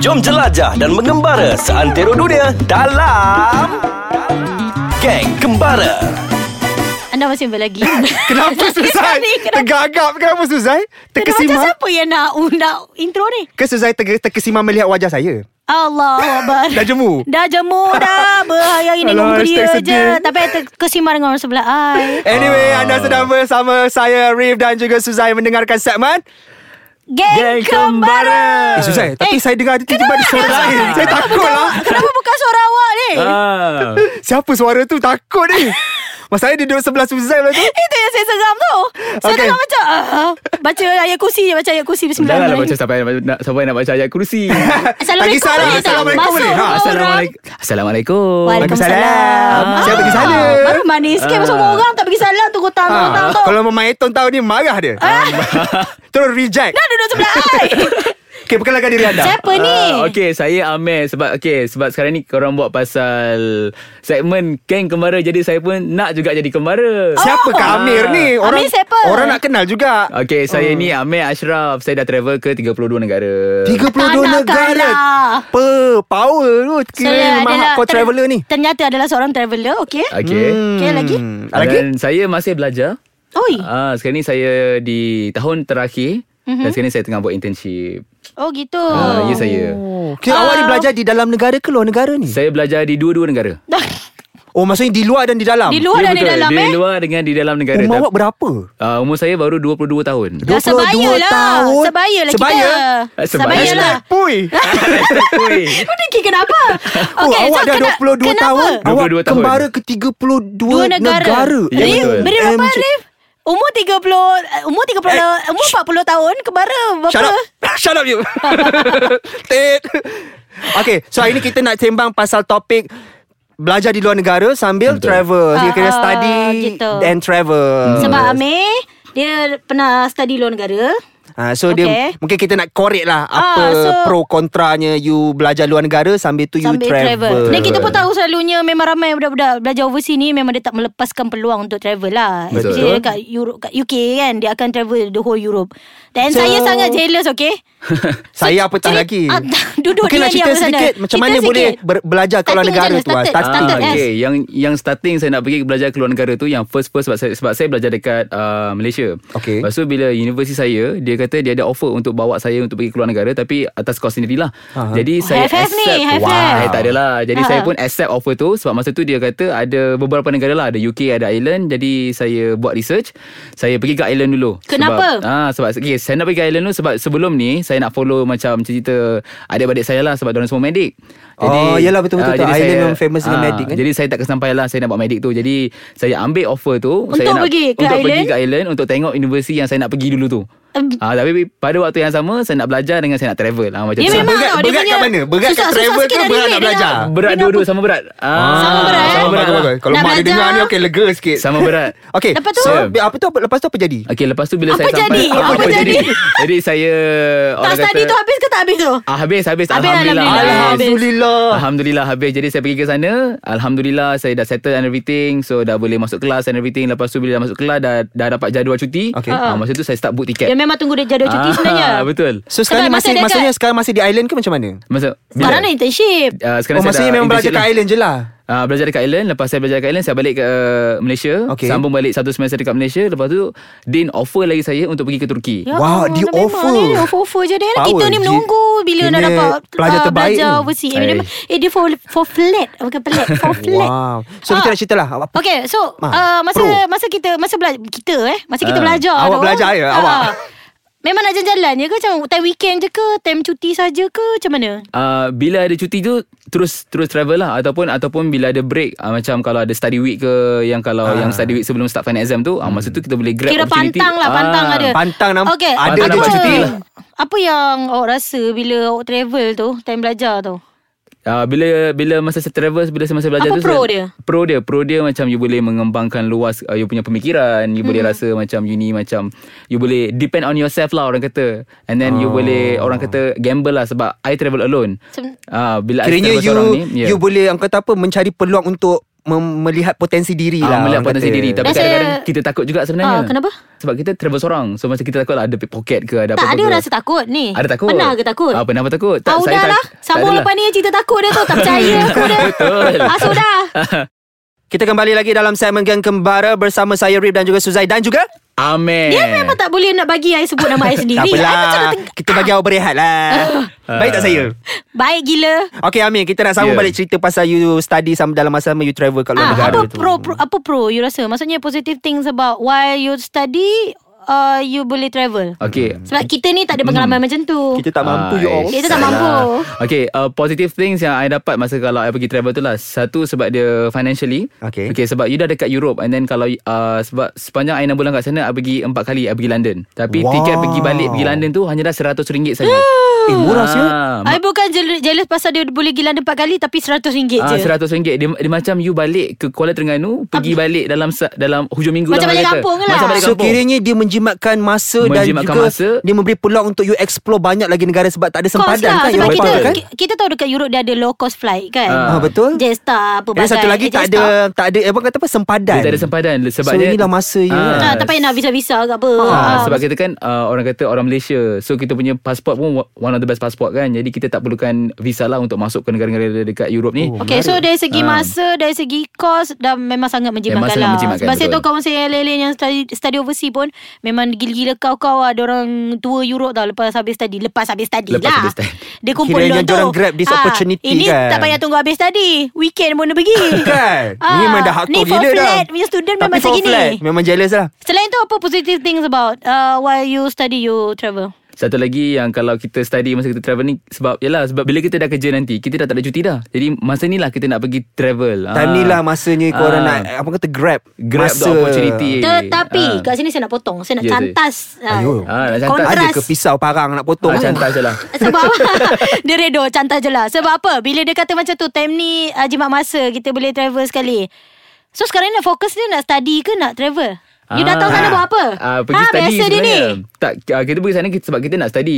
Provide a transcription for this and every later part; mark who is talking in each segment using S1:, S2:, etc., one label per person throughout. S1: Jom jelajah dan mengembara seantero dunia dalam Geng Kembara.
S2: Anda masih berlagi
S3: Kenapa Suzai?
S2: Sorry, kenapa?
S3: Tergagap kenapa Suzai?
S2: Macam
S3: Terkesima.
S2: siapa yang nak undang intro ni?
S3: Ke Suzai ter, terkesima melihat wajah saya?
S2: Allahu Akbar
S3: Dah jemu?
S2: Dah jemu dah Berhayang ini
S3: Alah,
S2: Alah, dia
S3: hashtag
S2: je
S3: sedih.
S2: Tapi terkesima dengan orang sebelah I
S3: Anyway, anda sedang bersama saya Rif dan juga Suzai mendengarkan segmen
S2: Geng Kembara
S3: Eh Suzai, tapi saya dengar ada tiba-tiba ada suara lain. Saya takut lah.
S2: Kenapa bukan suara awak ni?
S4: Ah.
S3: Siapa suara tu takut ni? Masalahnya dia duduk sebelah Suzai lah tu.
S2: Itu yang saya seram tu Saya
S3: Okay.
S2: tengah macam ah, Baca ayat kursi je Baca ayat kursi
S4: Janganlah baca
S2: Bismillahirrahmanirrahim
S4: sampai nak, sampai nak baca ayat kursi.
S2: Assalamualaikum
S3: Tak kisahlah,
S2: boleh tak?
S3: Assalamualaikum boleh.
S2: Masuk
S3: Ha,
S2: rumah orang
S4: Assalamualaikum. Assalamualaikum.
S2: Waalaikumsalam
S3: Waalaikumsalam. Siapa pergi sana?
S2: Ah, Baru manis sikit Masuk rumah orang Tak pergi salam Tunggu
S3: Ha,
S2: tangan-tangan tu
S3: kalau Mama Eton tahu ni marah dia.
S2: Ah.
S3: Ah. Terus reject.
S2: Dah duduk sebelah I
S3: Okay, perkenalkan diri anda.
S2: Siapa ni?
S4: Ah, okay, saya Amir sebab okay, sebab sekarang ni korang buat pasal segmen geng kembara jadi saya pun nak juga jadi kembara.
S3: Siapa
S2: Oh.
S3: Kak Amir ni?
S2: Amir siapa?
S3: Orang nak kenal juga.
S4: Okay, saya
S3: Hmm.
S4: ni Amir Ashraf. Saya dah travel ke 32 negara.
S3: 32
S2: nak
S3: negara.
S2: kalah. lah,
S3: Apa power tu. Kira mahal kau
S2: ter-
S3: traveller ni.
S2: Ternyata adalah seorang traveller Okay
S4: Okay.
S3: Hmm.
S2: Okay, lagi?
S3: Lagi?
S4: Dan saya masih belajar.
S2: Oi
S4: Ah, sekarang ni saya di tahun terakhir
S2: Mhm.
S4: mm-hmm. dan sekarang ni saya tengah buat internship.
S2: Oh gitu
S4: Ah, ya saya.
S2: Oh.
S3: Okay, awak
S2: Ah.
S3: ni belajar di dalam negara ke luar negara ni?
S4: Saya belajar di dua-dua negara.
S2: Dah.
S3: Oh, maksudnya di luar dan di dalam?
S2: Di luar
S4: Ya,
S2: dan di
S4: betul.
S2: dalam
S4: Di
S2: eh
S4: luar dengan di dalam negara
S3: Umur awak berapa?
S4: uh, Umur saya baru 22 tahun
S2: Dah
S3: 22
S2: sebaya lah
S3: tahun.
S2: Sebaya lah
S3: Sebaya?
S2: kita
S4: Eh, sebaya.
S2: Sebaya lah
S3: Pui.
S4: Oi.
S2: Kau dengki kenapa?
S3: Oh,
S2: Okay,
S3: awak
S2: so
S3: dah
S2: kena-
S3: 22
S2: kenapa?
S3: tahun. Awak
S4: 22 tahun.
S3: kembara ke 32
S2: Dua negara,
S3: negara. Eh,
S4: Ya,
S2: Rif,
S4: betul.
S2: Beri berapa
S3: MJ.
S2: Rif? Umur 30 eh, Umur 30 Umur 40 tahun Kebara berapa?
S3: Shut up Shut up you Tit Okay So hari ni kita nak sembang Pasal topik Belajar di luar negara Sambil Betul. travel Dia kena
S2: Ah,
S3: study
S2: gitu.
S3: And
S4: Hmm.
S3: travel
S2: Sebab Amir Dia pernah study luar negara
S3: ha, So okay. dia
S2: Okay.
S3: Mungkin kita nak korek lah Apa
S2: Ah, so-
S3: pro kontranya You belajar luar negara Sambil tu you
S2: Sambil
S3: travel,
S2: travel. Dan kita pun tahu selalunya memang ramai budak-budak belajar overseas ni memang dia tak melepaskan peluang untuk travel lah.
S4: Betul.
S2: Especially dekat Europe, kat UK kan dia akan travel the whole Europe. Dan
S3: So-
S2: saya sangat jealous okay.
S3: Saya apatah
S2: Jadi,
S3: lagi
S2: ah, duduk
S3: Mungkin
S2: dengan dia
S3: nak cerita
S2: apa sana?
S3: sedikit Macam
S2: Cerita
S3: mana
S2: sikit.
S3: boleh ber- Belajar ke luar
S2: Starting
S3: negara
S2: macam
S3: tu ah,
S2: mana? Started.
S3: Starting
S2: Started.
S4: Ah, okay. Yang yang starting saya nak pergi belajar ke luar negara tu yang first first sebab saya, sebab saya belajar dekat uh, Malaysia.
S3: Okay.
S4: Lepas tu bila universiti saya dia kata dia ada offer untuk bawa saya untuk pergi ke luar negara tapi atas kos sendirilah.
S3: Aha.
S4: Jadi
S2: Oh,
S4: saya
S2: have-have
S4: accept.
S2: ni, have-have.
S4: Wah, tak adalah. Jadi
S2: Ah.
S4: saya pun accept offer tu sebab masa tu dia kata ada beberapa negara lah ada UK ada Ireland jadi saya buat research. Saya pergi ke Ireland dulu.
S2: Kenapa?
S4: Sebab, ah sebab okay, saya nak pergi ke Ireland dulu sebab sebelum ni saya nak follow macam cerita adik-adik saya lah sebab mereka semua medik.
S3: Oh, yelah, betul-betul
S4: ah,
S3: tu.
S4: jadi
S3: Ireland
S4: saya-
S3: memang famous dengan
S4: ah,
S3: medik, kan?
S4: jadi saya tak kesampaian lah Saya nak buat medik tu Jadi saya ambil offer tu saya
S2: Untuk
S4: nak,
S2: pergi ke
S4: Untuk pergi
S2: Ireland?
S4: ke Ireland Untuk tengok universiti yang saya nak pergi dulu tu
S2: Um,
S4: Ah, tapi pada waktu yang sama Saya nak belajar dengan saya nak travel ah,
S2: Dia
S4: macam
S2: Ya,
S4: tu.
S2: memang tau,
S3: Berat-
S2: dia
S3: berat
S2: punya
S3: kat mana? Berat kat
S2: susah- susah
S3: travel
S2: sikit
S3: ke
S2: dari
S3: berat
S2: dia,
S3: nak
S2: dia
S3: belajar?
S2: nak-
S4: Berat
S2: dia nak
S4: dua-dua sama berat ah,
S2: Sama berat, eh?
S4: Sama
S3: Sama
S4: berat
S3: bagus,
S4: lah.
S3: bagus. Kalau
S2: Nak
S3: mak dia
S2: belajar.
S3: dengar ni Okay lega sikit
S4: Sama berat
S3: Okay
S2: Lepas tu?
S3: so, Apa tu Lepas tu apa jadi
S4: Okay lepas tu bila
S2: Apa
S4: saya sampai
S2: jadi? Apa jadi?
S4: Jadi saya
S2: Tak
S4: orang
S2: study
S4: kata-
S2: tu habis ke tak habis tu?
S4: Ah, habis, habis.
S2: Habis,
S4: Alhamdulillah.
S2: Alhamdulillah.
S4: habis.
S3: Alhamdulillah.
S4: Alhamdulillah habis. Jadi saya pergi ke sana. Alhamdulillah saya dah settle and everything. So dah boleh masuk kelas and everything. Lepas tu bila dah masuk kelas dah dah dapat jadual cuti.
S3: Okay.
S4: Ah, masa tu saya start book
S3: Ya.
S4: tiket.
S2: Dia Ya, memang tunggu dia jadual cuti
S4: Ah,
S2: sebenarnya.
S4: Betul.
S3: So
S2: Sebab
S3: sekarang ni masih
S2: masa dia
S3: maksudnya
S2: kat-
S3: sekarang masih di island ke macam mana?
S4: Masa
S2: Sekarang
S3: Ya.
S2: ni internship.
S4: Uh, sekarang
S3: Oh
S4: saya
S3: maksudnya
S4: dah
S3: memang belajar
S4: internship
S3: kat
S4: lah.
S3: island je lah.
S4: Uh, belajar dekat Ireland Lepas saya belajar dekat Ireland Saya balik ke uh, Malaysia
S3: Okay.
S4: Sambung balik satu semester dekat Malaysia Lepas tu Din offer lagi saya Untuk pergi ke Turki
S2: Ya
S3: Wow,
S2: Allah,
S3: dia
S2: memang
S3: offer.
S2: Ni, offer-offer je dia.
S3: Power.
S2: Kita ni
S3: Dia-
S2: menunggu bila
S3: dia
S2: nak
S3: ni
S2: dapat
S3: pelajar
S2: ah,
S3: terbaik
S2: belajar
S3: ni.
S2: overseas. Eh, dia,
S4: Hai.
S2: eh, dia for, for flat. Bukan pelat, for flat.
S3: Wow. So kita
S2: Ah.
S3: nak cerita lah. Apa-
S2: Okay, so
S3: Ma,
S2: uh, masa
S3: pro.
S2: masa kita masa belajar kita eh, masa kita
S4: Ah,
S2: belajar
S3: awak
S2: tu,
S3: belajar ya, awak?
S2: ah, Memang nak jalan-jalan je ke macam time weekend je ke, time cuti saja ke macam mana?
S4: Uh, bila ada cuti tu terus terus travel lah ataupun ataupun bila ada break uh, macam kalau ada study week ke yang kalau
S3: Ah.
S4: yang study week sebelum start final exam tu uh, masa tu kita boleh grab
S2: Kira
S4: opportunity.
S2: pantang lah, pantang
S4: Ah,
S2: ada.
S3: pantang nam-
S2: okay,
S3: ada
S2: apa
S4: dapat
S2: je-
S4: cuti lah.
S2: Apa yang awak rasa bila awak travel tu, time belajar tu?
S4: Uh, bila bila masa saya travel bila saya masa belajar
S2: Apa
S4: tu
S2: pro
S4: saya-
S2: dia?
S4: pro dia pro dia macam you boleh mengembangkan luas uh, you punya pemikiran you
S2: Hmm.
S4: boleh rasa macam you ni macam you boleh depend on yourself lah orang kata and then
S3: Ah.
S4: you boleh orang kata gamble lah sebab I travel alone
S2: Sem-
S4: uh, bila I
S3: Kiranya
S4: travel
S3: you
S4: seorang ni ya. yeah.
S3: you boleh angkat apa mencari peluang untuk mem- melihat potensi diri lah
S4: Ah, melihat
S3: orang
S4: potensi
S3: kata.
S4: diri Tapi
S2: Dan
S4: kadang-kadang
S2: saya-
S4: kita takut juga sebenarnya
S2: Ah, kenapa?
S4: Sebab kita travel seorang So macam kita takut lah Ada pocket ke
S2: Tak
S4: Ada apa-apa
S2: ada
S4: ke.
S2: rasa takut ni
S4: Ada takut
S2: Pernah ke takut?
S4: ah, Pernah pun takut
S2: Ah, udah lah Sambung lepas ni yang cerita takut dia tu Tak percaya aku dia
S4: Betul.
S2: Ah sudah
S3: Kita kembali lagi dalam segmen Gang Kembara Bersama saya Rip dan juga Suzai Dan juga
S4: Amin
S2: Dia Kan memang tak boleh nak bagi Saya sebut nama saya sendiri I
S3: Eh. Tak
S2: macam nak
S3: apalah
S2: teng-
S3: Kita bagi awak berehat lah Baik tak saya?
S2: Baik gila
S3: Okay Amir Kita nak sambung
S4: Ya.
S3: yeah. balik cerita Pasal you study sama, Dalam masa sama you travel Kat luar
S2: ah,
S3: negara
S2: Apa
S3: tu
S2: pro, pro Apa pro you rasa Maksudnya positive things about While you study uh, You boleh travel
S4: Okay
S2: Sebab kita ni tak ada pengalaman macam tu
S3: Hmm. Kita tak mampu
S4: Ah,
S3: you all
S4: eh,
S2: Kita tak
S4: salah.
S2: mampu.
S4: Okay uh, Positive things yang I dapat Masa kalau I pergi travel tu lah Satu sebab dia Financially
S3: Okay.
S4: okay Sebab you dah dekat Europe And then kalau uh, Sebab sepanjang I 6 bulan kat sana I pergi 4 kali I pergi London Tapi
S3: Wow.
S4: tiket pergi balik Pergi London tu Hanya dah RM100 saja
S3: Eh murah siya
S4: Ah,
S2: I bukan jealous, jealous pasal dia boleh gila empat kali Tapi RM100 je
S4: Ah, seratus ringgit dia, dia macam you balik ke Kuala Terengganu Pergi balik dalam sa- dalam hujung minggu
S2: Macam
S4: lah orang
S2: balik
S4: kata.
S2: kampung lah.
S4: Macam balik
S3: So
S4: kampung
S3: kiranya dia menjimatkan masa Dan
S4: Menjimatkan
S3: juga
S4: masa.
S3: Dia memberi peluang untuk you Explore banyak lagi negara Sebab tak ada sempadan
S2: lah,
S3: kan
S2: Sebab
S3: Eropah
S2: kita,
S3: tu kan?
S2: ki- kita tahu dekat Europe Dia ada low cost flight kan
S4: Ah.
S3: Ah, betul.
S2: Jetstar apa
S3: Dan satu
S2: bagai.
S3: lagi
S2: Eh,
S3: tak
S2: Jetstar.
S3: ada tak ada abang kata apa sempadan.
S4: Dia tak ada sempadan sebab
S3: So,
S4: dia,
S3: inilah masa you,
S2: Ah,
S3: kan?
S2: tak payah nak visa-visa ke apa.
S4: Ah,
S2: Ah,
S4: sebab kita kan uh, orang kata orang Malaysia. So kita punya pasport pun wa- one of the best pasport kan. Jadi kita tak perlukan visa lah untuk masuk ke negara-negara dekat Europe ni.
S3: Oh.
S2: Okay, so dari segi masa, dari segi kos dah memang sangat menjimatkan
S4: Ah. Memang sangat
S2: lah.
S4: menjimatkan,
S2: Sebab saya
S4: betul.
S2: tahu kawan saya yang lain-lain yang study, study overseas pun memang gila-gila kau-kau ada orang tua Europe tau lepas habis study. Lepas habis study
S4: Lepas
S2: lah.
S4: habis study.
S2: Dia kumpul
S3: Kiranya
S2: loan tu.
S3: diorang grab this
S2: Ah,
S3: opportunity
S2: Ini
S3: kan.
S2: tak payah tunggu habis study. Weekend pun dia pergi.
S3: Kan?
S2: Ah,
S3: Ni memang dah hardcore
S2: ni for
S3: gila dah.
S2: flat punya student
S3: Tapi
S2: memang macam
S3: for
S2: gini.
S3: flat, Memang jealous lah.
S2: Selain tu apa positive things about uh, while you study you travel?
S4: Satu lagi yang kalau kita study masa kita travel ni sebab yalah sebab bila kita dah kerja nanti kita dah tak ada cuti dah. Jadi masa ni lah kita nak pergi travel.
S3: Time ni lah masanya korang
S4: Ah.
S3: nak apa kata grab
S4: grab
S3: masa.
S4: the opportunity.
S2: Tetapi
S4: Ah.
S2: kat sini saya nak potong. Saya nak
S4: Ya, saya-
S2: cantas. ah,
S3: Ayuh.
S4: Ah, nak cantas.
S2: Kontras.
S3: Ada ke pisau parang nak potong?
S4: Ah, cantas je lah.
S2: Sebab Dia redo Cantas je lah Sebab apa Bila dia kata macam tu Time ni uh, Jimat masa Kita boleh travel sekali So sekarang ni nak fokus dia Nak study ke nak travel You datang sana buat apa Ha,
S4: Ah, pergi study
S2: Biasa dia ni
S4: sebenarnya. Tak, ah, kita pergi sana kita, sebab kita nak study.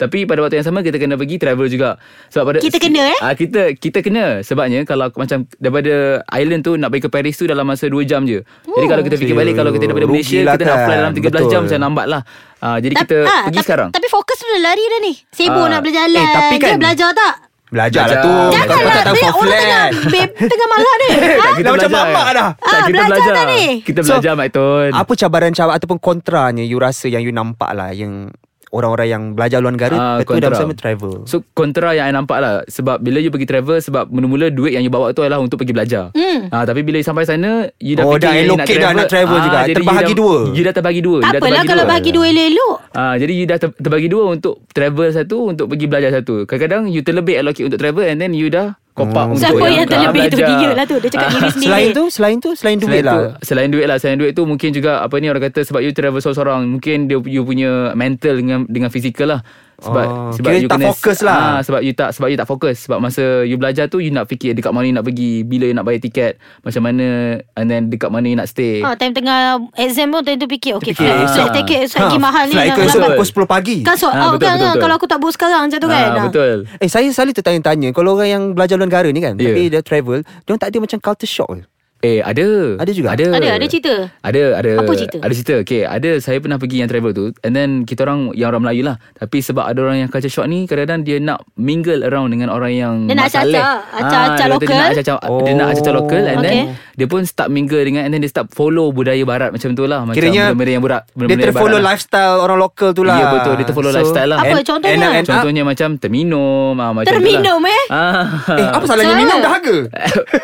S4: Tapi pada waktu yang sama kita kena pergi travel juga. Sebab pada
S2: Kita kena, eh?
S4: Ah, kita kita kena sebabnya kalau macam daripada island tu nak pergi ke Paris tu dalam masa 2 jam je. Jadi kalau kita fikir
S3: Saya
S4: balik kalau kita daripada Malaysia
S3: rugilah
S4: kita nak fly
S3: Hmm. kan.
S4: dalam 13 jam
S3: Betul.
S4: macam lambat lah. Ah, jadi
S2: Ta-
S4: kita
S2: ah,
S4: pergi
S2: tapi,
S4: sekarang.
S2: Tapi fokus tu dah lari dah ni Sibuk
S4: Ah.
S2: nak berjalan
S3: Eh, tapi
S2: Dia
S3: kan-
S2: belajar tak
S3: Belajar lah tu.
S4: Jangan
S3: Kalau
S2: Janganlah
S3: kau tak tahu
S2: dia
S3: for
S2: Orang tengah
S3: flat.
S2: babe, Tengah marah ni ha?
S3: Dah macam
S4: belajar.
S3: mamak dah.
S2: Ah,
S4: Tak, kita
S2: belajar
S4: belajar.
S2: tak ni?
S4: Kita
S3: So,
S4: belajar, Mak Tun.
S3: Apa cabaran-cabaran ataupun kontranya you rasa yang you nampak lah yang orang-orang yang belajar luar negara
S4: Ah,
S3: betul dalam
S4: kontra.
S3: sama travel.
S4: So kontra yang I nampak lah Sebab bila you pergi travel Sebab mula-mula duit yang you bawa tu Ialah untuk pergi belajar
S2: Hmm.
S4: ah, Tapi bila you sampai sana You dah
S3: Oh,
S4: fikir
S3: dah
S4: you
S3: allocate dah nak travel juga.
S4: jadi you
S3: Terbahagi
S4: dah-
S3: dua.
S4: You dah terbagi dua
S2: Tak
S4: you dah
S2: apalah
S4: terbagi
S2: kalau
S4: dua.
S2: bagi dua elok-elok
S4: Ah, jadi you dah ter- terbagi dua untuk travel satu untuk pergi belajar satu. Kadang-kadang you terlebih allocate untuk travel and then you dah cop
S3: Hmm.
S4: up untuk
S2: Siapa yang
S4: ah,
S2: terlebih tu
S4: belajar.
S2: gila lah tu Dia cakap diri sendiri
S3: Ah, Selain tu, selain tu, selain duit
S4: Selain tu,
S3: lah.
S4: selain duit lah Selain duit tu Mungkin juga Apa ni orang kata Sebab you travel seorang-seorang Mungkin dia, you punya Mental dengan dengan fizikal lah sebab
S3: Oh,
S4: sebab
S3: kira tak fokus lah.
S4: ah, sebab you tak sebab you tak fokus sebab masa you belajar tu you nak fikir dekat mana you nak pergi bila you nak bayar tiket macam mana and then dekat mana you nak stay
S2: Ha, time tengah exam pun time tu fikir Okay,
S3: Fikir,
S2: flight,
S4: ah.
S2: flight ticket Flight
S3: Ha,
S2: ha, mahal ni
S3: flight
S2: nak
S3: ke esok
S2: lambat.
S4: betul.
S3: pukul 10 pagi.
S2: Kan sold out
S4: Ah, betul,
S2: kan,
S4: betul,
S2: kan
S4: betul.
S2: Kalau aku tak book sekarang macam tu kan
S4: ah, betul
S3: Eh saya selalu tertanya-tanya Kalau orang yang belajar luar negara ni kan
S4: Ya.
S3: yeah. Tapi dia travel Dia orang tak ada macam culture shock ke?
S4: Eh ada
S3: Ada juga?
S4: Ada
S2: Ada, ada cerita?
S4: Ada ada
S2: Apa cerita?
S4: Ada cerita Okay ada Saya pernah pergi yang travel tu And then kita orang Yang orang Melayu lah Tapi sebab ada orang yang culture shock ni Kadang-kadang dia nak mingle around Dengan orang yang
S2: Dia nak
S4: masaleh.
S2: acah-acah, acah-acah
S4: Ah, dia kata Dia nak
S2: local.
S4: acah-acah Dia nak acah-acah
S3: Oh.
S4: lokal And then
S2: Okay.
S4: Dia pun start mingle dengan And then dia start follow Budaya barat macam tu lah Macam
S3: Kiranya
S4: benda-benda yang budak
S3: Dia
S4: benda-benda yang
S3: terfollow
S4: barat lah.
S3: lifestyle orang lokal tu lah
S4: Ya betul Dia terfollow lifestyle lah
S2: Apa
S4: And-
S2: contohnya?
S4: and- and-
S3: Contohnya
S4: Contohnya macam Terminum ah, macam tu lah.
S2: Terminum, eh?
S4: ah.
S3: Eh apa salahnya
S2: Salah.
S3: minum dahaga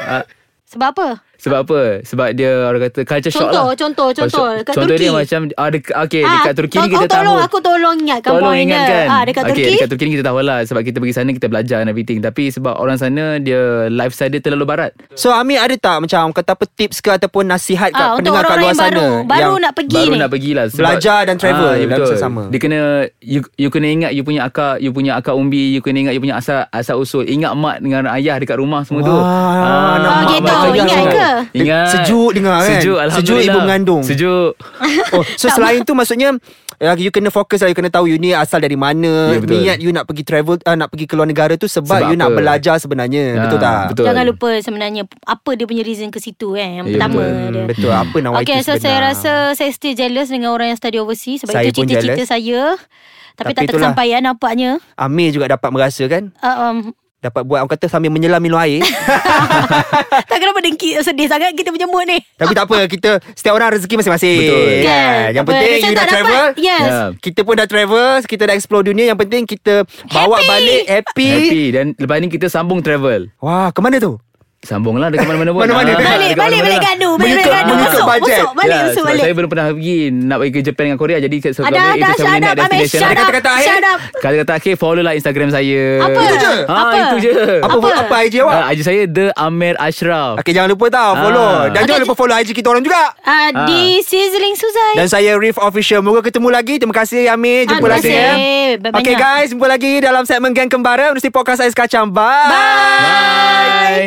S4: Ah,
S2: Sebab apa?
S4: Sebab apa? Sebab dia orang kata culture shock
S2: Contoh,
S4: lah.
S2: contoh, contoh. Dekat
S4: contoh
S2: Turki.
S4: dia macam ah, dek, okay, dekat
S2: Ah,
S4: Turki ni
S2: tol-
S4: kita
S2: oh, tolong,
S4: tahu.
S2: Aku tolong ingatkan
S4: Tolong
S2: point dia.
S4: ingatkan.
S2: Ah, dekat
S4: okay,
S2: Turki
S4: Dekat Turki ni kita tahu lah sebab kita pergi sana kita belajar and everything. Tapi sebab orang sana dia lifestyle dia terlalu barat.
S3: So Amir ada tak macam orang Kata apa tips ke Ataupun nasihat kat
S2: ah, Untuk
S3: pendengar kat
S2: orang-orang
S3: luar
S2: yang
S3: sana
S2: baru Baru
S3: yang
S2: nak pergi
S4: Baru
S2: ni
S4: nak pergi lah sebab,
S3: Belajar dan travel
S4: ya
S3: dalam
S4: betul.
S3: sesama.
S4: Dia kena you, you kena ingat You punya akak You punya akak umbi You kena ingat You punya asal, asal usul Ingat mak dengan ayah Dekat rumah semua tu Ah,
S3: Wah,
S2: Oh,
S3: nampak
S2: gitu.
S3: macam
S2: Ingat
S3: tu.
S2: ke?
S4: Ingat
S3: Sejuk dengar kan?
S4: Sejuk
S3: Sejuk
S4: Alhamdulillah
S3: ibu mengandung.
S4: Sejuk
S3: oh, So selain tu maksudnya uh, you kena fokus lah you kena tahu you ni asal dari mana
S4: Ya, betul.
S3: niat you nak pergi travel uh, nak pergi keluar negara tu sebab,
S4: Sebab
S3: you nak
S4: apa?
S3: belajar sebenarnya
S4: Ah,
S3: Eh, betul tak
S4: betul.
S2: Jangan lupa sebenarnya apa dia punya reason ke situ eh. Yang
S4: Ya,
S2: pertama
S4: betul.
S2: dia.
S3: betul apa nak
S2: Okay so saya rasa Saya still jealous Dengan orang yang study overseas Sebab
S3: Saya
S2: itu
S3: pun
S2: cita-cita
S3: jealous.
S2: saya Tapi,
S3: Tapi
S2: tak
S3: itulah.
S2: tersampaian nampaknya
S3: Amir juga dapat merasa kan
S2: uh, um,
S3: dapat buat orang kata sambil menyelam minum air
S2: Tak kenapa dengki Sedih sangat kita punya mood ni
S3: tapi tak apa kita setiap orang rezeki masing-masing
S4: Betul.
S3: Yeah. Ya,
S2: Tak
S3: yang
S2: apa,
S3: penting
S2: saya
S3: you
S2: tak
S3: dah
S2: dapat.
S3: travel Ah.
S2: Yes
S4: Ya.
S3: kita pun dah travel kita dah explore dunia yang penting kita bawa
S2: Happy.
S3: balik happy,
S4: Happy Dan lepas ni kita sambung travel
S3: wah ke mana tu
S4: Sambunglah dekat mana-mana pun
S3: Mana-mana.
S2: Balik
S4: Ah, dekat
S2: balik balik
S4: mana-mana.
S2: gandu Balik balik
S3: Mengikut-
S2: gandu
S3: mengikut
S2: Masuk Masuk
S3: bajet.
S2: balik
S4: Ya,
S2: Masuk
S4: sebab
S2: balik
S4: Saya belum pernah pergi Nak pergi ke Japan dengan Korea Jadi se-
S2: Ada
S4: sebab
S2: ada
S4: itu saya
S2: Shut up
S4: punya next
S2: Amir
S4: destination
S2: Shut
S4: lah.
S2: up
S3: Kata-kata akhir.
S2: Shut up
S4: Kata-kata akhir Follow lah Instagram saya
S2: Apa?
S3: Itu je?
S4: ha,
S2: Apa?
S4: Itu je
S3: apa, apa? apa IG awak
S4: Ah, IG saya The Amir Ashraf
S3: Okay jangan lupa tau Follow
S4: Ah.
S3: Dan jangan
S2: Okay,
S3: lupa follow IG kita orang juga
S2: Ah, Di Sizzling Suzai
S3: Dan saya Riff Official Moga ketemu lagi Terima kasih Amir Jumpa
S2: Ah, terima
S3: lagi
S2: kasih.
S3: eh.
S2: Banyak.
S3: Okay guys Jumpa lagi dalam segmen Gang Kembara Universiti Podcast Ais Kacang Bye,
S4: Bye